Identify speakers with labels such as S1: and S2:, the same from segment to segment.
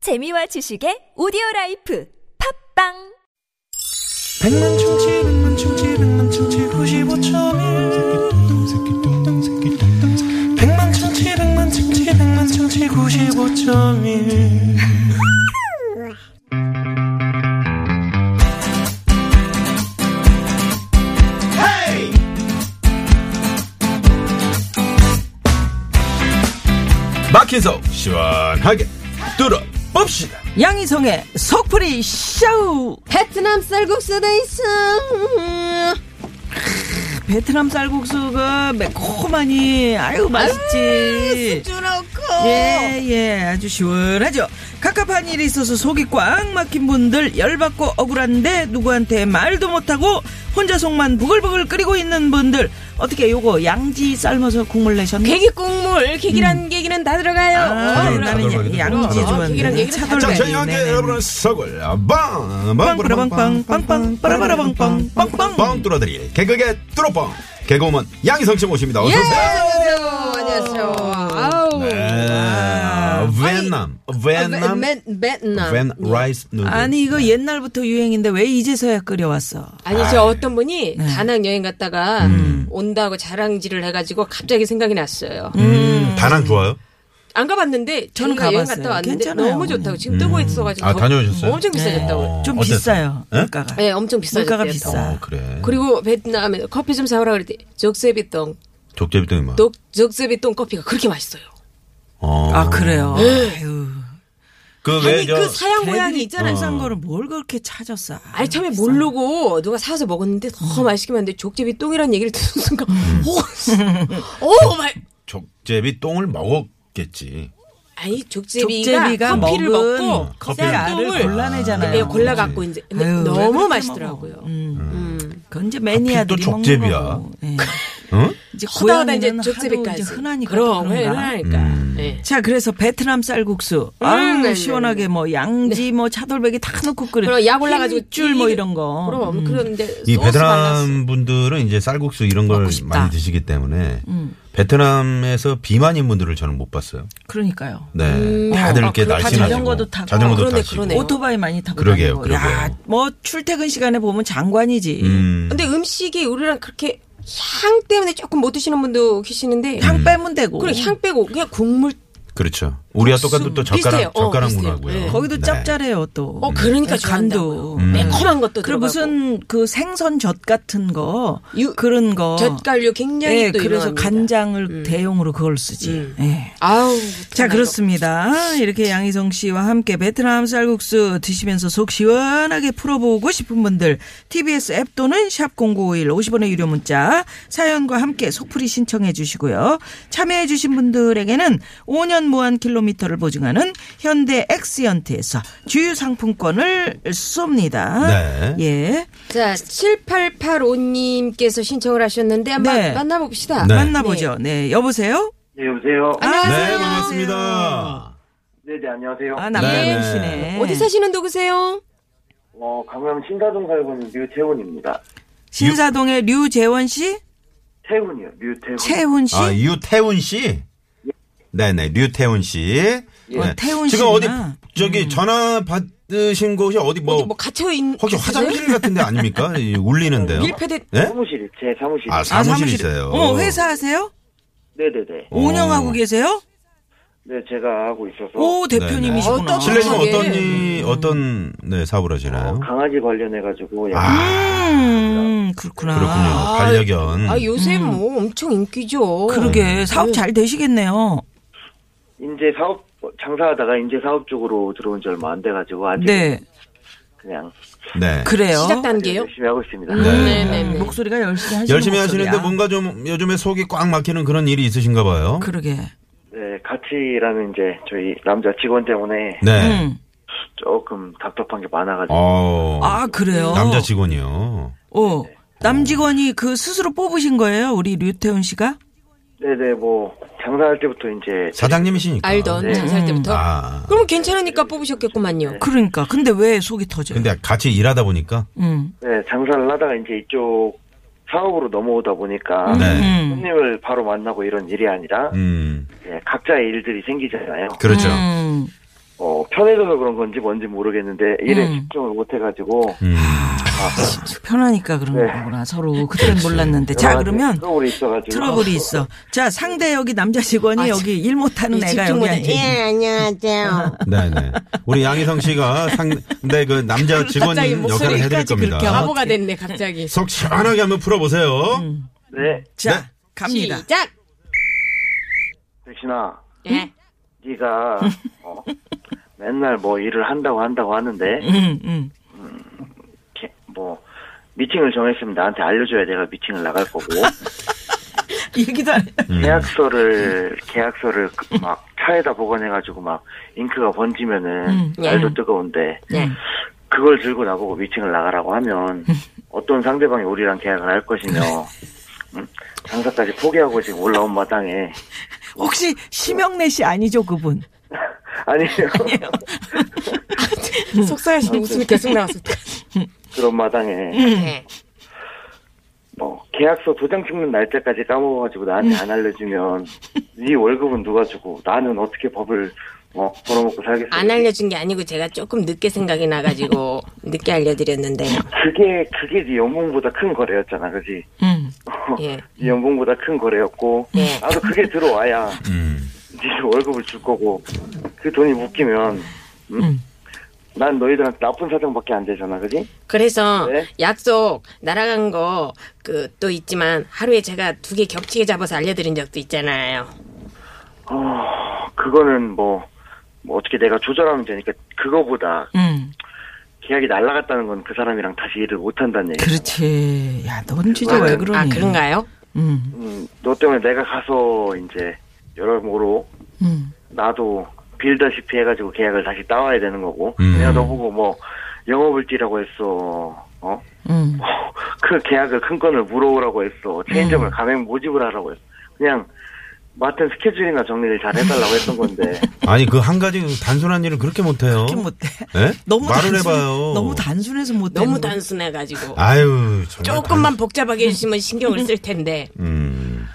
S1: 재미와 지식의 오디오 라이프 팝빵
S2: 백만 충치 백만 충치 백만 충치 구십오점일 백만 충치 백만 충치 백만 충치 구십오점일
S3: 막힌 속 시원하게 뚫어봅시다.
S4: 양희성의 속풀이 쇼!
S5: 베트남 쌀국수도 있어.
S4: 베트남 쌀국수가 매콤하니, 아유, 맛있지.
S5: 주놓고.
S4: 예, 예, 아주 시원하죠. 갑갑한 일이 있어서 속이 꽉 막힌 분들, 열받고 억울한데, 누구한테 말도 못하고, 혼자 속만 부글부글 끓이고 있는 분들, 어떻게 요거 양지 삶아서 국물 내셨나?
S5: 괴기 국물, 괴기란 계기는 다 들어가요.
S4: 음. 아,
S3: 차돌,
S4: 나는
S3: 차돌
S4: 양- 양지
S3: 차돌.
S4: 주면
S5: 기랑
S4: 되네.
S5: 얘기를
S4: 차돌
S3: 자, 저희
S4: 내리,
S3: 함께
S4: 네네.
S3: 여러분의 속을 빵, 빵,
S4: 빵빠라빵빵, 빵빵, 빠라바라빵빵, 빵빵.
S3: 빵 뚫어드릴 개그계 뚫어뻥 개그우먼 양희성 씨 모십니다. 어서 오세요.
S5: 안녕하세요. 아우.
S4: 예.
S3: 네. 베트남, 베트남,
S5: 베- 베- 베트남. 네.
S3: 베트남 라이스 누들.
S4: 아, 네. 아니, 이거
S3: 네.
S4: 옛날부터 유행인데, 왜 이제서야 끓여왔어?
S5: 아니 저 어떤 분이
S4: 네.
S5: 다낭 여행 갔다가
S4: 음.
S5: 온다고 자랑질을 해가지고 갑자기 생각이 났어요.
S3: 음, 다낭 좋아요?
S5: 안 가봤는데
S4: 저는
S5: 저는 가 여행
S4: 가봤어요.
S5: 갔다 왔는데
S4: 괜찮아요. 음.
S5: 너무 좋다고 지금 뜨고 있어가지고
S3: 아,
S5: 더-
S3: 다녀오셨어요?
S5: 엄청 비싸졌다고. 네,
S4: 좀
S3: 어땠어요?
S4: 비싸요,
S3: 예?
S4: 물가가.
S5: 엄청 비싸졌대요.
S4: 네. 물가가 비싸.
S3: 어, 그래.
S5: 그리고 베트남에 커피 좀 사오라 그랬더니 적세비똥
S3: 족제비등이 뭐.
S5: 독- 적세비똥 커피가 그렇게 맛있어요.
S3: 어.
S4: 아 그래요. 아유.
S3: 그왜
S5: 아니
S3: 저.
S5: 그 사양 모양이 있잖아요.
S4: 비싼 거를 뭘 그렇게 찾았어? 음.
S5: 아니 처음에 모르고 누가 사서 먹었는데 더 맛있게 만는데 족제비 똥이라는 얘기를 듣는 순간 어, 오, 씨. 오 마이
S3: 족제비 똥을 먹었겠지.
S5: 아니 족제비가,
S4: 족제비가
S5: 커피를
S4: 먹은 어,
S5: 먹고
S3: 커피.
S5: 쌀똥을
S4: 알을
S3: 네,
S5: 예,
S4: 골라내잖아요.
S5: 골라 갖고 이제 근데
S4: 아유, 왜
S5: 너무
S4: 그렇게
S5: 맛있더라고요.
S4: 먹어? 음.
S5: 음.
S4: 그건 이제 매니아들이
S3: 또 족제비야.
S4: 먹는 거고. 예.
S3: 응?
S4: 이제
S5: 허다하다 이제
S4: 고양이는 하도
S5: 족제비까지.
S4: 이제 흔하니까
S5: 그럼 네,
S4: 그런가?
S5: 흔하니까.
S3: 음.
S5: 예.
S4: 자 그래서 베트남 쌀국수. 아유
S5: 네, 네,
S4: 시원하게 뭐 양지 뭐 차돌백이 다 넣고 끓여.
S5: 그럼 약 올라가지고
S4: 줄뭐
S5: 이-
S4: 이런 거.
S5: 그럼
S4: 음.
S5: 그런데
S3: 이
S5: 소스 발랐어.
S3: 베트남 분들은 이제 쌀국수 이런 걸
S5: 먹고 싶다.
S3: 많이 드시기 때문에 베트남에서 비만인 분들을 저는 못 봤어요.
S4: 그러니까요.
S3: 네, 다들
S4: 아,
S3: 이렇게
S4: 그렇다.
S3: 날씬하시고
S4: 자전거도 타고.
S3: 자전거도
S5: 그러네,
S3: 타시고
S5: 그러네요.
S4: 오토바이 많이 타고
S3: 그러게요,
S4: 다니고. 야,
S3: 그러게요.
S4: 뭐 출퇴근 시간에 보면 장관이지.
S3: 음,
S5: 근데 음식이 우리랑 그렇게 향 때문에 조금 못 드시는 분도 계시는데
S4: 향 빼면 되고.
S5: 그래 향 빼고 그냥 국물
S3: 그렇죠. 우리와 똑같은 또
S5: 비슷해요.
S3: 젓가락
S5: 어,
S3: 젓가락
S5: 비슷해요.
S3: 문화고요.
S5: 네.
S4: 거기도
S3: 네. 음.
S4: 짭짤해요 또.
S5: 어 그러니까
S4: 음. 네, 간도. 네,
S5: 좋아한다고요. 음. 매콤한 것도
S4: 그리고
S5: 들어가고.
S4: 무슨 그 생선 젓 같은 거
S5: 유-
S4: 그런 거.
S5: 젓갈류 굉장히
S4: 예,
S5: 또
S4: 어. 그래서
S5: 유명합니다.
S4: 간장을 대용으로 그걸 쓰지.
S5: 음.
S4: 예.
S5: 아우
S4: 자 그렇습니다. 이렇게 양희성 씨와 함께 베트남 쌀국수 드시면서 속 시원하게 풀어보고 싶은 분들 TBS 앱 또는 샵 #0951 50원의 유료 문자 사연과 함께 속풀이 신청해 주시고요. 참여해주신 분들에게는 5년 무한 킬로미터를 보증하는 현대 엑시언트에서 주유 상품권을 쏩니다.
S3: 네.
S4: 예.
S5: 자 7885님께서 신청을 하셨는데 한번
S4: 네.
S5: 만나봅시다.
S3: 네.
S4: 만나보죠. 네. 여보세요.
S6: 네, 여보세요.
S3: 네, 반갑습니다.
S6: 네, 네, 안녕하세요.
S4: 아 남편
S3: 네.
S4: 씨네.
S5: 어디 사시는 누구세요?
S6: 어, 강남 신사동 살고 있는 류태훈입니다.
S4: 신사동의 류재원 씨,
S6: 태훈이요, 류태훈.
S4: 채훈 씨.
S3: 아, 유태훈 씨. 네, 네, 류태훈 씨.
S4: 어,
S3: 네.
S4: 태훈
S3: 지금 어디
S4: 씨구나.
S3: 저기 전화 받으신 곳이 어디 뭐,
S5: 어디 뭐 갇혀 있는
S3: 혹시 화장실 같은데 아닙니까? 이, 울리는데요.
S5: 밀폐된
S3: 네?
S6: 사무실, 제 사무실.
S3: 아,
S4: 아,
S3: 사무실 있어요.
S4: 어, 회사 하세요?
S6: 네, 네, 네.
S3: 어.
S4: 운영하고 계세요?
S6: 네, 제가 하고 있어서.
S4: 오,
S5: 네네.
S4: 대표님이시구나.
S5: 어떤
S3: 실례님
S5: 아,
S3: 어떤
S5: 예.
S3: 이 어떤 네 사업을 하시나요?
S6: 어, 강아지 관련해가지고. 약간
S3: 아
S4: 음, 그렇구나.
S3: 그렇군요. 반려견.
S5: 아 요새 뭐 엄청 인기죠.
S3: 네.
S4: 그러게, 사업 잘 되시겠네요.
S6: 인재 사업, 장사하다가 인재 사업 쪽으로 들어온 지 얼마 안 돼가지고, 아직
S4: 네,
S6: 그냥
S3: 네.
S4: 그래요. 음,
S5: 시작 단계요.
S6: 열심히 하고 있습니다.
S3: 네.
S5: 네네네.
S4: 목소리가 열심히 하시는
S3: 열심히
S4: 목소리야.
S3: 하시는데 뭔가 좀 요즘에 속이 꽉 막히는 그런 일이 있으신가 봐요.
S4: 그러게.
S6: 네, 같이 일하는 이제 저희 남자 직원 때문에
S3: 네.
S4: 음.
S6: 조금 답답한 게 많아가지고.
S3: 어.
S4: 아, 그래요?
S3: 남자 직원이요.
S4: 어. 남직원이 그 스스로 뽑으신 거예요, 우리 류태훈 씨가?
S6: 네네, 뭐, 장사할 때부터 이제.
S3: 사장님이시니까.
S5: 알던
S6: 네.
S5: 장사할 때부터.
S3: 아.
S5: 그럼 괜찮으니까 뽑으셨겠구만요.
S4: 그러니까. 근데 왜 속이 터져요?
S3: 근데 같이 일하다 보니까
S4: 음.
S6: 네, 장사를 하다가 이제 이쪽 사업으로 넘어오다 보니까.
S3: 네.
S4: 음.
S6: 손님을 바로 만나고 이런 일이 아니라
S3: 음.
S6: 예, 각자의 일들이 생기잖아요.
S3: 그렇죠.
S4: 음.
S6: 어, 편해져서 그런 건지 뭔지 모르겠는데 일에
S4: 음.
S6: 집중을 못 해가지고
S3: 음.
S4: 편하니까 그런
S6: 네.
S4: 거구나 서로 그땐 몰랐는데 자 그러면
S6: 트러블이 있어가지고
S4: 트러블이 있어 자 상대 여기 남자 직원이
S5: 아,
S4: 여기 일 못하는
S5: 이
S4: 애가
S5: 집중
S4: 여기
S5: 못해.
S4: 앉아 있는
S5: 예, 안녕하세요.
S3: 네네. 우리 양희성 씨가 상대 그 남자 직원 역할을
S5: 갑자기
S3: 해드릴
S4: 목소리까지 그렇게
S3: 겁니다.
S4: 하고. 음.
S5: 바보가 됐네 갑자기.
S3: 속 시원하게 한번 풀어보세요.
S6: 네
S4: 자
S3: 네.
S4: 갑니다
S5: 시작.
S6: 백신아
S5: 예.
S6: 네가 어, 맨날 뭐 일을 한다고 한다고 하는데
S4: 음, 음.
S6: 이렇게 뭐 미팅을 정했으면 나한테 알려줘야 내가 미팅을 나갈 거고
S4: 얘기도 안 해.
S5: 음.
S6: 계약서를 계약서를 그막 차에다 보관해가지고 막 잉크가 번지면은
S5: 음.
S6: 날도
S5: 예.
S6: 뜨거운데
S5: 예.
S6: 그걸 들고 나보고 미팅을 나가라고 하면
S5: 음.
S6: 어떤 상대방이 우리랑 계약을 할 것이며
S5: 네.
S6: 음? 장사까지 포기하고 지금 올라온 마당에
S4: 혹시 심영래 씨 아니죠 그분
S6: 아니에요
S5: 예. 속상해서 웃음이 계속 나왔어.
S6: 그런 마당에
S5: 예.
S6: 뭐 계약서 도장 찍는 날짜까지 까먹어가지고
S5: 음.
S6: 나한테 안 알려주면 네 월급은 누가 주고 나는 어떻게 법을 어, 벌어먹고 살겠어
S5: 안 알려준 게 아니고 제가 조금 늦게 생각이 나가지고 늦게 알려드렸는데.
S6: 그게 그게 네 연봉보다 큰 거래였잖아 그지
S4: 음.
S5: 예.
S6: 네 연봉보다 큰 거래였고
S5: 예.
S6: 나도 그게 들어와야
S3: 음.
S6: 네 월급을 줄 거고 그 돈이 묶이면 음? 난 너희들한테 나쁜 사정밖에 안 되잖아 그지?
S5: 그래서
S6: 네.
S5: 약속 날아간 거 그 또 있지만 하루에 제가 두 개 겹치게 잡아서 알려드린 적도 있잖아요.
S6: 어, 그거는 뭐, 뭐 어떻게 내가 조절하면 되니까 그거보다
S4: 음.
S6: 계약이 날라갔다는 건 그 사람이랑 다시 일을 못한다는 얘기
S4: 그렇지 야넌 진짜
S6: 아,
S4: 왜
S6: 그-
S4: 그러니
S5: 아 그런가요?
S4: 음.
S6: 음, 너 때문에 내가 가서 이제 여러모로
S4: 음.
S6: 나도 빌다시피 해가지고 계약을 다시 따와야 되는 거고
S3: 음.
S6: 내가 너보고 뭐 영업을 뛰라고 했어 어?
S4: 음.
S6: 그 계약을 큰 건을 물어오라고 했어.
S4: 음.
S6: 체인점을 가맹 모집을 하라고 했어. 그냥 맡은 스케줄이나 정리를 잘 해달라고 했던 건데.
S3: 아니 그 한 가지 단순한 일을 그렇게 못해요.
S4: 그렇게 못해.
S6: 네.
S3: 예?
S4: 너무
S3: 말을
S4: 단순,
S3: 해봐요.
S4: 너무 단순해서 뭐. 못해.
S5: 너무 단순해가지고
S3: 아유 정말
S5: 조금만 복잡하게 해주시면 신경을 쓸 텐데.
S3: 단- 음.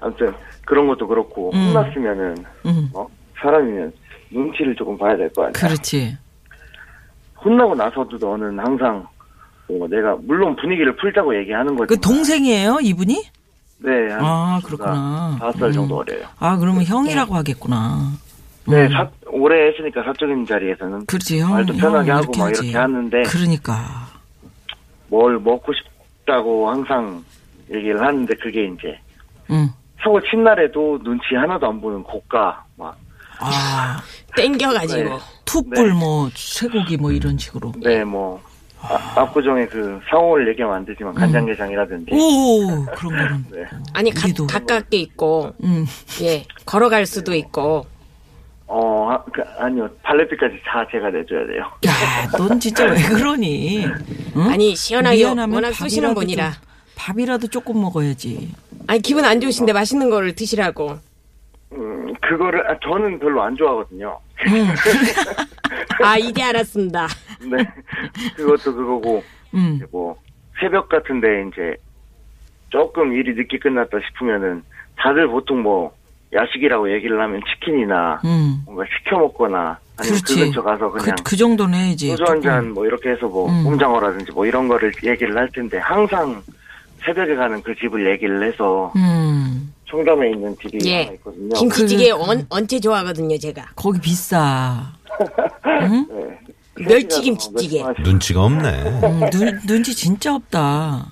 S6: 아무튼 그런 것도 그렇고 혼났으면은
S4: 음.
S6: 어? 사람이면 눈치를 조금 봐야 될 거 아니야.
S4: 그렇지.
S6: 혼나고 나서도 너는 항상 뭐 내가 물론 분위기를 풀자고 얘기하는 거지.
S4: 그 동생이에요 이분이?
S6: 네. 한
S4: 아,
S6: 친구가
S4: 그렇구나.
S6: 다섯 살 정도
S4: 음.
S6: 어려요.
S4: 아 그러면
S5: 네.
S4: 형이라고 하겠구나.
S6: 네,
S4: 음.
S6: 사, 오래 했으니까 사적인 자리에서는
S4: 그렇지 형.
S6: 말도 편하게
S4: 형
S6: 하고 막
S4: 음. 아, 하지.
S6: 이렇게 하는데
S4: 그러니까.
S6: 뭘 먹고 싶다고 항상 얘기를 하는데 그게 이제
S4: 응.
S6: 서고 친 날에도 눈치 하나도 안 보는 고가 막
S4: 아
S5: 땡겨가지고
S6: 네.
S4: 툭불
S6: 네.
S4: 뭐 쇠고기 뭐
S3: 음.
S4: 이런 식으로.
S6: 네, 뭐 아, 압구정의 그 상호를 얘기하면 안 되지만 간장게장이라든지
S4: 음. 오 그런 거는.
S6: 네.
S5: 아니 가,
S4: 우리도.
S5: 가깝게 있고
S4: 음.
S5: 예 걸어갈 수도 있고
S6: 어 아, 그, 아니요 발레비까지 다 제가 내줘야 돼요.
S4: 야넌 진짜 왜 그러니? 응?
S5: 아니 시원하게
S4: 미안하면
S5: 워낙
S4: 밥이라도
S5: 쏘시는 분이라
S4: 좀- 밥이라도 조금 먹어야지.
S5: 아니 기분 안 좋으신데 맛있는 거를 드시라고
S6: 음 그거를 아, 저는 별로 안 좋아하거든요.
S5: 아 이제 알았습니다
S6: 네 그것도 그거고
S4: 음.
S6: 이제 뭐 새벽 같은데 이제 조금 일이 늦게 끝났다 싶으면은 다들 보통 뭐 야식이라고 얘기를 하면 치킨이나
S4: 음.
S6: 뭔가 시켜 먹거나 아니면 그
S4: 그렇지.
S6: 근처 가서
S4: 그-
S6: 그냥
S4: 그, 정도는 해야지.
S6: 소주 한 잔 뭐 이렇게 해서 뭐
S4: 음.
S6: 꼼장어라든지 뭐 이런 거를 얘기를 할 텐데 항상 새벽에 가는 그 집을 얘기를 해서
S4: 음.
S6: 청담에 있는 집이
S5: 예.
S6: 하나 있거든요.
S4: 뭐.
S5: 김치찌개
S4: 그-
S5: 원, 언제 좋아하거든요 제가
S4: 거기 비싸. 응?
S6: 네. 그
S5: 멸치김치찌개.
S3: 눈치가 없네.
S4: 음, 눈, 눈치 진짜 없다.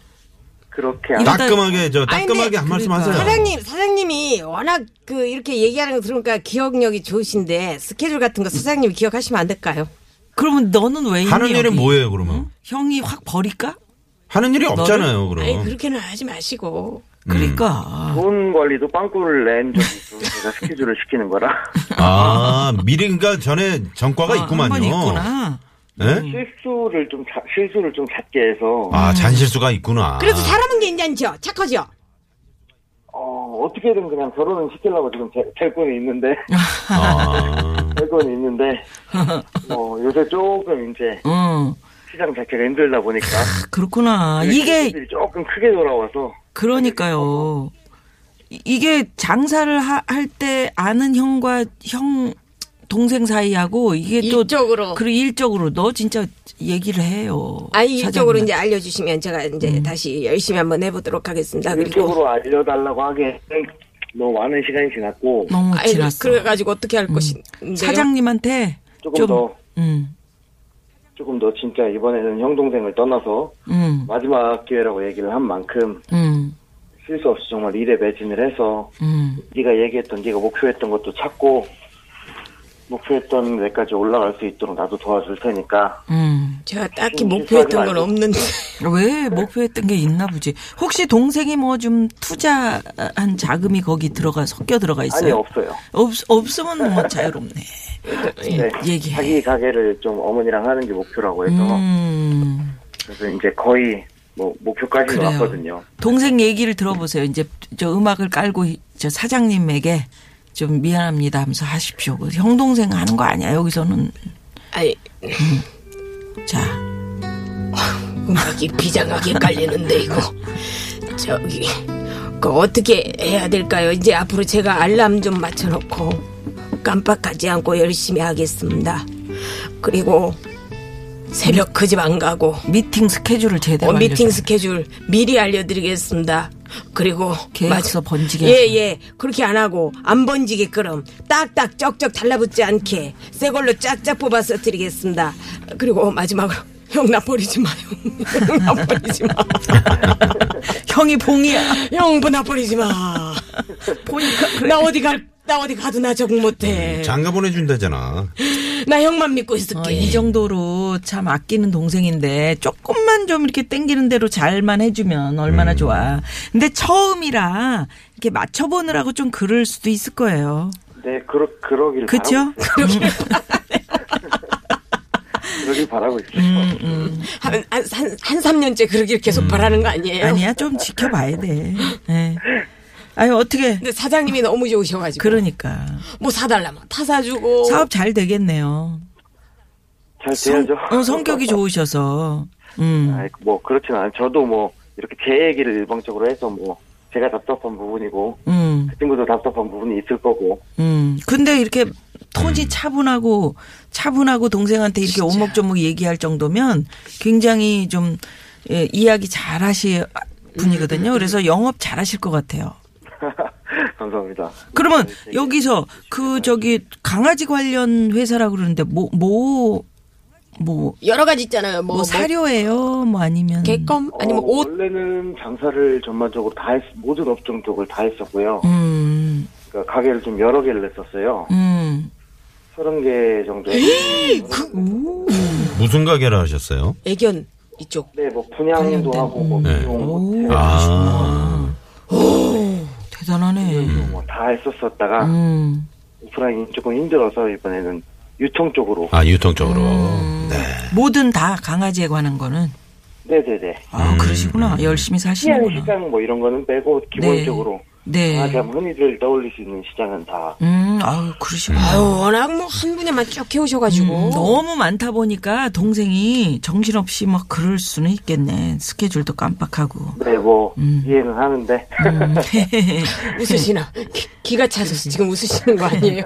S6: 그렇게
S4: 이러다-
S3: 따끔하게 저
S5: 아니, 근데
S3: 따끔하게 한 말씀
S4: 그러니까.
S3: 하세요.
S5: 사장님 사장님이 워낙 그 이렇게 얘기하는 거 들으니까 기억력이 좋으신데 스케줄 같은 거 사장님 이 기억하시면 안 될까요?
S4: 그러면 너는 왜 있니?
S3: 하는 일은
S4: 여기?
S3: 뭐예요 그러면?
S4: 형이 확 버릴까?
S3: 하는 일이 없잖아요
S4: 어.
S3: 그럼.
S5: 아니 그렇게는 하지 마시고
S3: 음.
S4: 그러니까.
S6: 돈 관리도 빵꾸를 낸 적이 있어서 제가 스케줄을 시키는 거라
S3: 아 미리 그러니까 전에 전과가
S4: 아,
S3: 있구만요.
S4: 한번 있구나.
S3: 예?
S6: 음. 실수를 좀 자- 실수를 좀 잦게 해서
S3: 아 잔실수가
S4: 아.
S3: 있구나.
S5: 그래도 사람은 괜찮죠 착하죠
S6: 어, 어떻게든 그냥 결혼은 시키려고 지금 제, 제 꿈이 있는데
S3: 아.
S6: 제 꿈이 있는데 뭐 요새 조금 이제
S4: 응.
S6: 시장 자체가 힘들다 보니까
S4: 어. 그렇구나. 아,
S6: 네.
S4: 이게
S6: 일이 조금 크게 돌아와서
S4: 그러니까요. 이- 이게 장사를 할 때 아는 형과 형 동생 사이하고 이게 또
S5: 일적으로.
S4: 그리고 일적으로도 진짜 얘기를 해요.
S5: 아니
S4: 사장님. 음.
S5: 이쪽으로 이제 알려주시면 제가 이제 다시 열심히 한번 해보도록
S4: 아,
S5: 하겠습니다. 그리고
S6: 이쪽으로 알려달라고 하기에는 너무 많은 시간이 지났고
S4: 너무
S5: 아이,
S4: 음, 지났어. 음.
S5: 그래가지고 어떻게 할 것인데요?
S4: 사장님한테
S6: 조금
S4: 좀
S6: 더.
S4: 음.
S6: 조금 더 진짜 이번에는 형 동생을 떠나서
S4: 음.
S6: 마지막 기회라고 얘기를 한 만큼
S4: 음.
S6: 실수 없이 정말 일에 매진을 해서
S4: 음.
S6: 네가 얘기했던 네가 목표했던 것도 찾고 목표했던 데까지 올라갈 수 있도록 나도 도와줄 테니까
S4: 음.
S5: 제가 딱히
S6: 음,
S5: 목표했던
S6: 실수하지
S5: 건
S6: 말고.
S5: 없는데
S4: 왜 목표했던 게 있나 보지. 혹시 동생이 뭐 좀 투자한 자금이 거기 들어가 섞여 들어가 있어요?
S6: 아니 없어요.
S4: 없 없으면 뭐 자유롭네.
S6: 네,
S4: 예, 얘기해.
S6: 자기 가게를 좀 어머니랑 하는 게 목표라고 해서
S4: 음.
S6: 그래서 이제 거의 뭐 목표까지는
S4: 그래요.
S6: 왔거든요.
S4: 동생 얘기를 들어보세요. 이제 저 음악을 깔고 저 사장님에게 좀 미안합니다 하면서 하십시오. 그 형 동생 하는 거 아니야 여기서는
S5: 아니
S4: 자
S5: 음악이 비장하게 깔리는데 이거 저기 그 어떻게 해야 될까요? 이제 앞으로 제가 알람 좀 맞춰놓고 깜빡하지 않고 열심히 하겠습니다. 그리고 새벽 그 집 안 가고
S4: 미팅 스케줄을 제대로
S5: 어, 미팅
S4: 알려줘요.
S5: 스케줄 미리 알려드리겠습니다. 그리고
S4: 계획서
S5: 마지-
S4: 번지게
S5: 예, 예. 그렇게 안 하고 안 번지게 끔 딱딱 쪽쪽 달라붙지 않게 새 걸로 쫙쫙 뽑아서 드리겠습니다. 그리고 마지막으로 형 나 버리지 마요. 형 나 버리지 마.
S4: 형이 봉이야.
S5: 형부 나 버리지 마.
S4: 보니까 그래. 음,
S5: 나 어디 갈, 나 어디 가도 나 적응 못해.
S3: 장가 보내준다잖아.
S5: 나 형만 믿고 있을게.
S4: 어, 이 정도로 참 아끼는 동생인데 조금만 좀 이렇게 땡기는 대로 잘만 해주면 얼마나
S6: 음.
S4: 좋아. 근데 처음이라 이렇게 맞춰보느라고 좀 그럴 수도 있을 거예요.
S6: 네 그러 그러길
S4: 그쵸?
S6: 바라고 있어요. 그러길 바라고 있어요.
S4: 음.
S5: 한, 한, 한, 한 3년째 그러길 계속 바라는 거 아니에요?
S4: 아니야 좀 지켜봐야 돼. 예. 아니 어떻게
S5: 근데 사장님이 너무 좋으셔가지고.
S4: 그러니까
S5: 뭐 사달라면 타 사주고.
S4: 사업 잘 되겠네요.
S6: 잘
S4: 성,
S6: 돼야죠.
S4: 어, 성격이 좋으셔서 음.
S6: 아이, 뭐 그렇진 않아요. 저도 뭐 이렇게 제 얘기를 일방적으로 해서 뭐 제가 답답한 부분이고
S4: 음,
S6: 그 친구도 답답한 부분이 있을 거고
S4: 음. 근데 이렇게 토지 차분하고 차분하고 동생한테 이렇게 오목조목 얘기할 정도면 굉장히 좀 예, 이야기 잘하실 분이거든요. 그래서 영업 잘하실 것 같아요.
S6: 감사합니다.
S4: 그러면 여기서 그 저기 강아지 관련 회사라고 그러는데 뭐뭐뭐 뭐,
S5: 여러 가지 있잖아요. 뭐,
S4: 뭐 사료예요? 뭐 아니면 뭐
S5: 개껌 아니면
S6: 어,
S5: 옷
S6: 원래는 장사를 전반적으로 다 했, 모든 업종 쪽을 다 했었고요.
S4: 음.
S6: 그러니까 가게를 좀 여러 개를 했었어요.
S4: 음.
S6: 서른 개 정도. 했-
S3: 무슨 가게를 하셨어요?
S5: 애견 이쪽
S6: 네, 뭐 분양도 하고 뭐
S3: 네.
S6: 비용
S3: 아,
S4: 대단하네.
S3: 음.
S6: 뭐다 했었었다가
S4: 음.
S6: 오프라인이 조금 힘들어서 이번에는 유통 쪽으로.
S3: 아 유통 쪽으로. 네.
S4: 뭐든 다 강아지에 관한 거는
S6: 네네네.
S4: 아 그러시구나 열심히
S6: 시장
S4: 사시는구나.
S6: 시장 뭐 이런 거는 빼고 기본적으로
S4: 네.
S6: 아, 참 흔히들 떠올릴 수 있는 시장은 다
S4: 음, 아유 그러시구나. 음,
S5: 아유 워낙 뭐 한 분야만 쭉 해오셔가지고
S4: 너무 많다 보니까 동생이 정신없이 막 그럴 수는 있겠네. 스케줄도 깜빡하고.
S6: 네, 뭐 이해는 하는데
S5: 웃으시나 기- 기가 차서 지금 웃으시는 거 아니에요?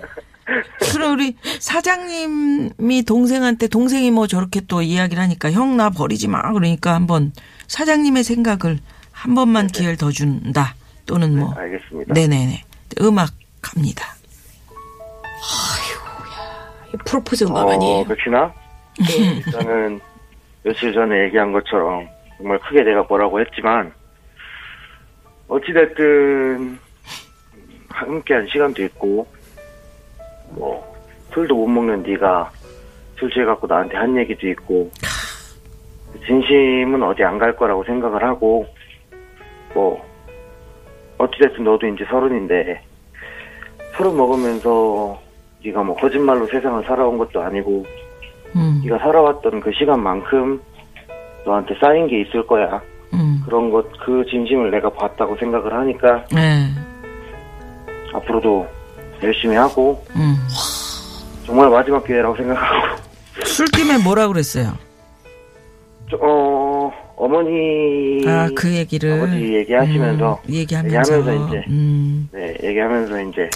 S4: 그럼 우리 사장님이 동생한테 동생이 뭐 저렇게 또 이야기를 하니까 형 나 버리지 마. 그러니까 한번 사장님의 생각을 한 번만 기회를 더 준다. 또는 뭐.
S6: 네. 알겠습니다.
S4: 네네네. 음악 갑니다.
S5: 이 프로포즈 음악
S6: 어,
S5: 아니에요?
S6: 그렇지나 네, 일단은 며칠 전에 얘기한 것처럼 정말 크게 내가 뭐라고 했지만 어찌됐든 함께한 시간도 있고 뭐 술도 못 먹는 네가 술 취해갖고 나한테 한 얘기도 있고 그 진심은 어디 안 갈 거라고 생각을 하고 뭐 어찌됐든 너도 이제 서른인데 서른 먹으면서 네가 뭐 거짓말로 세상을 살아온 것도 아니고
S4: 음,
S6: 네가 살아왔던 그 시간만큼 너한테 쌓인 게 있을 거야.
S4: 음.
S6: 그런 것, 그 진심을 내가 봤다고 생각을 하니까
S4: 네.
S6: 앞으로도 열심히 하고
S4: 음.
S6: 정말 마지막 기회라고 생각하고
S4: 술김에 뭐라 그랬어요?
S6: 저- 어 어머니
S4: 아, 그 얘기를.
S6: 아버지 얘기하시면서
S4: 음, 얘기하면서.
S6: 얘기하면서 이제.
S4: 음,
S6: 네 얘기하면서 이제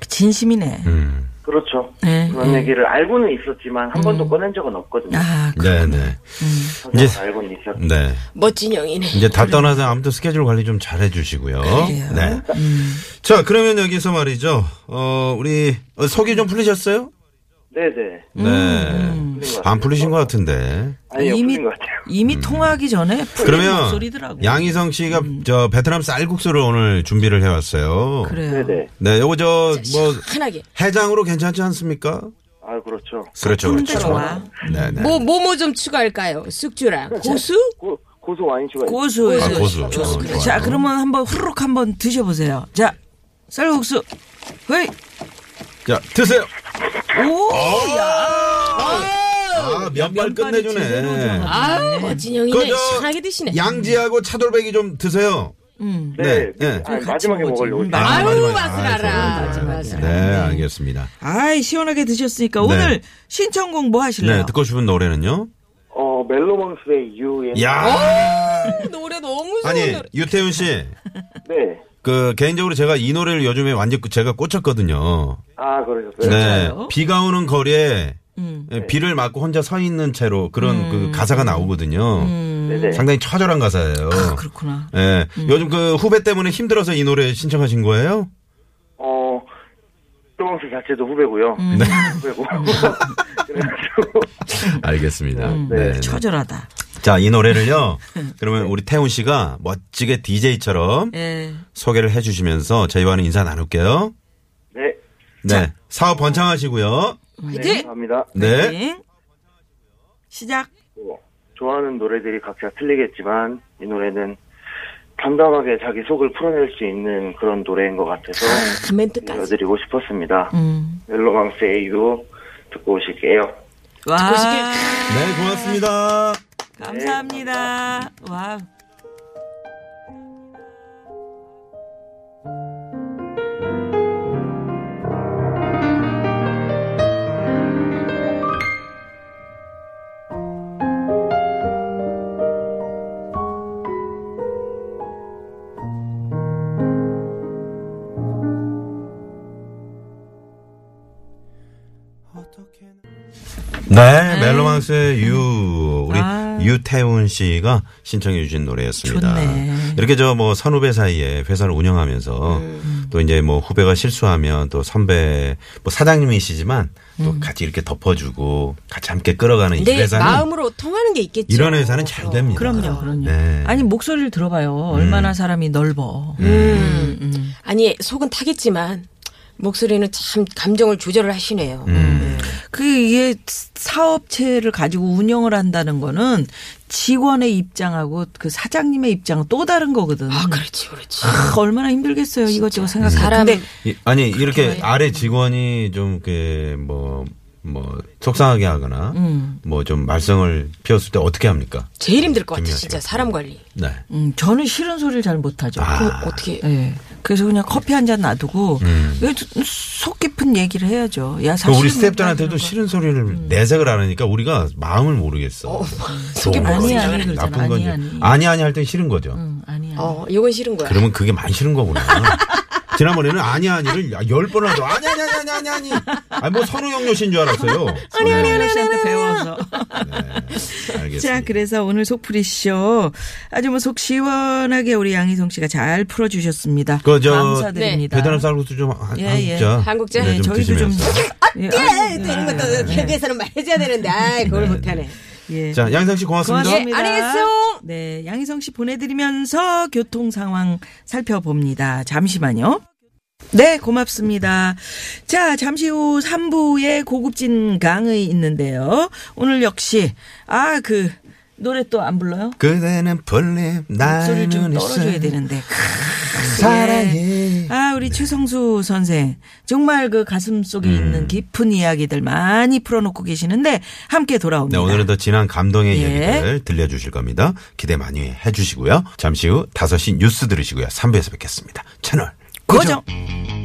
S4: 진심이네.
S3: 음.
S6: 그렇죠.
S4: 네, 음.
S6: 그런 얘기를 알고는 있었지만 한 번도 꺼낸 적은 없거든요.
S4: 아,
S3: 네네.
S6: 항상
S3: 이제-
S6: 알고는 있었.
S3: 네.
S5: 멋진 형이네.
S3: 이제 다 떠나서 아무튼 스케줄 관리 좀 잘 해주시고요.
S4: 그래요. 음.
S3: 네. 자, 그러면 여기서 말이죠. 어, 우리, 어, 속이 좀 풀리셨어요?
S6: 네네.
S3: 네.
S4: 음.
S3: 안 풀리신 것 같은데.
S6: 아니
S4: 이미
S6: 없는 것 같아요.
S4: 이미 통화하기 전에 풀린
S3: 음. 그러면
S4: 목소리더라고.
S3: 양희성 씨가 저 베트남 쌀국수를 오늘 준비를 해왔어요.
S4: 음. 그래요.
S6: 네네.
S3: 네, 요거 저 뭐
S5: 시원하게.
S3: 해장으로 괜찮지 않습니까?
S6: 아 그렇죠.
S3: 그렇죠,
S4: 음, 좋아.
S3: 그렇죠. 네, 네.
S5: 뭐, 뭐, 뭐 좀 추가할까요? 숙주랑 고수?
S6: 고, 고소 와인추가 있-
S4: 고수.
S3: 아, 고수.
S5: 좋습니다.
S3: 어, 좋아요.
S4: 자, 그러면 한번 후루룩 한번 드셔보세요. 자, 쌀국수. 헤이!
S3: 자, 드세요.
S4: 오!
S3: 아, 면발
S4: 면발이 제대로
S3: 끝내주네.
S4: 들어가.
S5: 아유, 멋진 형이네.
S3: 그저
S5: 시원하게 드시네.
S3: 양지하고 차돌배기 좀 드세요.
S6: 네.
S3: 네, 네.
S6: 아니, 마지막에 먹으려고.
S4: 음,
S5: 아유,
S3: 마지막에.
S5: 맛을
S3: 아,
S5: 알아.
S3: 좋아요, 좋아요.
S5: 맛을
S3: 네, 알겠습니다.
S4: 아이, 시원하게 드셨으니까
S3: 네.
S4: 오늘 신청곡 뭐 하실래요?
S3: 네, 듣고 싶은 노래는요?
S6: 어 멜로망스의 유의
S3: 야
S5: 노래 너무 좋은
S3: 아니,
S5: 노래.
S3: 유태윤 씨.
S6: 네.
S3: 그, 개인적으로 제가 이 노래를 요즘에 완전 히 제가 꽂혔거든요.
S6: 아 그러셨어요.
S3: 네.
S4: 맞아요.
S3: 비가 오는 거리에
S5: 음.
S3: 예, 비를 맞고 혼자 서 있는 채로 그런 그 가사가 나오거든요.
S5: 음.
S6: 네네.
S3: 상당히 처절한 가사예요.
S4: 아, 그렇구나.
S3: 예. 요즘 그 후배 때문에 힘들어서 이 노래 신청하신 거예요?
S6: 어 멜로망스 자체도 후배고요.
S3: 네.
S6: 후배고. 그래가지고
S5: 음.
S3: 알겠습니다.
S6: 네.
S3: 네.
S4: 처절하다.
S3: 자, 이 노래를요.
S5: 네.
S3: 그러면 우리 태훈 씨가 멋지게 DJ처럼
S4: 예.
S3: 소개를 해 주시면서 저희와는 인사 나눌게요.
S6: 네.
S3: 네. 사업 번창하시고요.
S6: 네. 감사합니다.
S3: 네.
S4: 띵. 시작.
S6: 뭐, 좋아하는 노래들이 각자 틀리겠지만 이 노래는 담담하게 자기 속을 풀어낼 수 있는 그런 노래인 것 같아서
S5: 아, 멘트까지.
S6: 들려드리고 싶었습니다.
S4: 음.
S6: 멜로망스의 유 듣고 오실게요.
S4: 와.
S5: 싶게.
S3: 네, 고맙습니다.
S4: 감사합니다. 와우.
S3: 네, 멜로망스의 유 우리
S4: 아.
S3: 유태훈 씨가 신청해 주신 노래였습니다.
S4: 좋네.
S3: 이렇게 저 뭐 선후배 사이에 회사를 운영하면서
S4: 음.
S3: 또 이제 뭐 후배가 실수하면 또 선배 뭐 사장님이시지만
S4: 음.
S3: 또 같이 이렇게 덮어주고 같이 함께 끌어가는 이
S5: 내
S3: 회사는
S5: 마음으로 통하는 게 있겠죠. 어.
S3: 이런 회사는 잘 됩니다.
S4: 네, 어, 그럼요, 그럼요.
S3: 네. 음.
S4: 아니, 목소리를 들어봐요. 얼마나 사람이 넓어.
S5: 음. 아니 속은 타겠지만 목소리는 참 감정을 조절을 하시네요.
S4: 그 이게 사업체를 가지고 운영을 한다는 거는 직원의 입장하고 그 사장님의 입장 또 다른 거거든.
S5: 아 그렇지 그렇지.
S4: 아, 얼마나 힘들겠어요. 이것저것 생각하는데.
S5: 사람
S4: 근데
S3: 이- 아니 이렇게 아래 직원이 좀그뭐뭐 속상하게 하거나 뭐 좀 말썽을 피웠을 때 어떻게 합니까?
S5: 제일 힘들 것 같아
S3: 김미아
S5: 진짜
S3: 씨가.
S5: 사람 관리.
S3: 네.
S4: 음, 저는 싫은 소리를 잘 못하죠.
S5: 그
S3: 아.
S5: 어떻게
S4: 예. 그래서 그냥 커피 한 잔 놔두고 왜속 깊은 얘기를 해야죠. 야
S3: 음. 그
S4: 사실
S3: 우리 스탭들한테도 싫은 소리를 내색을 안 하니까 우리가 마음을 모르겠어.
S5: 속이
S3: 좋은 건지
S4: 아니, 아니, 그러잖아.
S3: 나쁜 건지
S4: 아니, 음. 아니.
S3: 아니 아니 할 땐 싫은 거죠.
S4: 아니야.
S5: 어 이건 싫은 거야.
S3: 그러면 그게 많이 싫은 거구나. 지난번에는 아니 아니를 열 번 하도 아니 아니 아니 아니 아니 아니 뭐 선우 형녀신 줄 알았어요.
S4: 네,
S3: 아니 아니
S4: 혜나 씨한테 배워서.
S3: 알겠습니다.
S4: 자, 그래서 오늘 속풀이쇼 아주 뭐 속 시원하게 우리 양희성 씨가 잘 풀어주셨습니다.
S3: 그, 저,
S4: 감사드립니다.
S3: 베트남 쌀국수 좀 한-
S4: 예, 예.
S3: 한국자.
S5: 한국자.
S3: 네,
S5: 네,
S3: 좀
S4: 저희도 좀
S3: 드시면서.
S4: 예,
S5: 예, 되는 것도 KBS는 말해줘야 되는데 아이 그걸 못하네.
S4: 예.
S3: 자 양상 씨 고맙습니다.
S4: 고맙습니다.
S5: 예, 안녕히 계세요.
S4: 네, 양희성 씨 보내드리면서 교통 상황 살펴봅니다. 잠시만요. 네, 고맙습니다. 자, 잠시 후 3부에 고급진 강의 있는데요. 오늘 역시, 아, 그, 노래 또 안 불러요?
S3: 그대는 풀림
S4: 목소리를
S3: 나는
S4: 좀 떨어줘야
S3: 있어.
S4: 되는데.
S3: 사랑해.
S4: 아, 우리 최성수 선생. 정말 그 가슴 속에
S3: 음.
S4: 있는 깊은 이야기들 많이 풀어놓고 계시는데, 함께
S3: 네,
S4: 돌아옵니다.
S3: 오늘은 더 진한 감동의
S4: 예.
S3: 이야기를 들려주실 겁니다. 기대 많이 해주시고요. 잠시 후 5시 뉴스 들으시고요. 3부에서 뵙겠습니다. 채널
S4: 고정!
S3: 고정!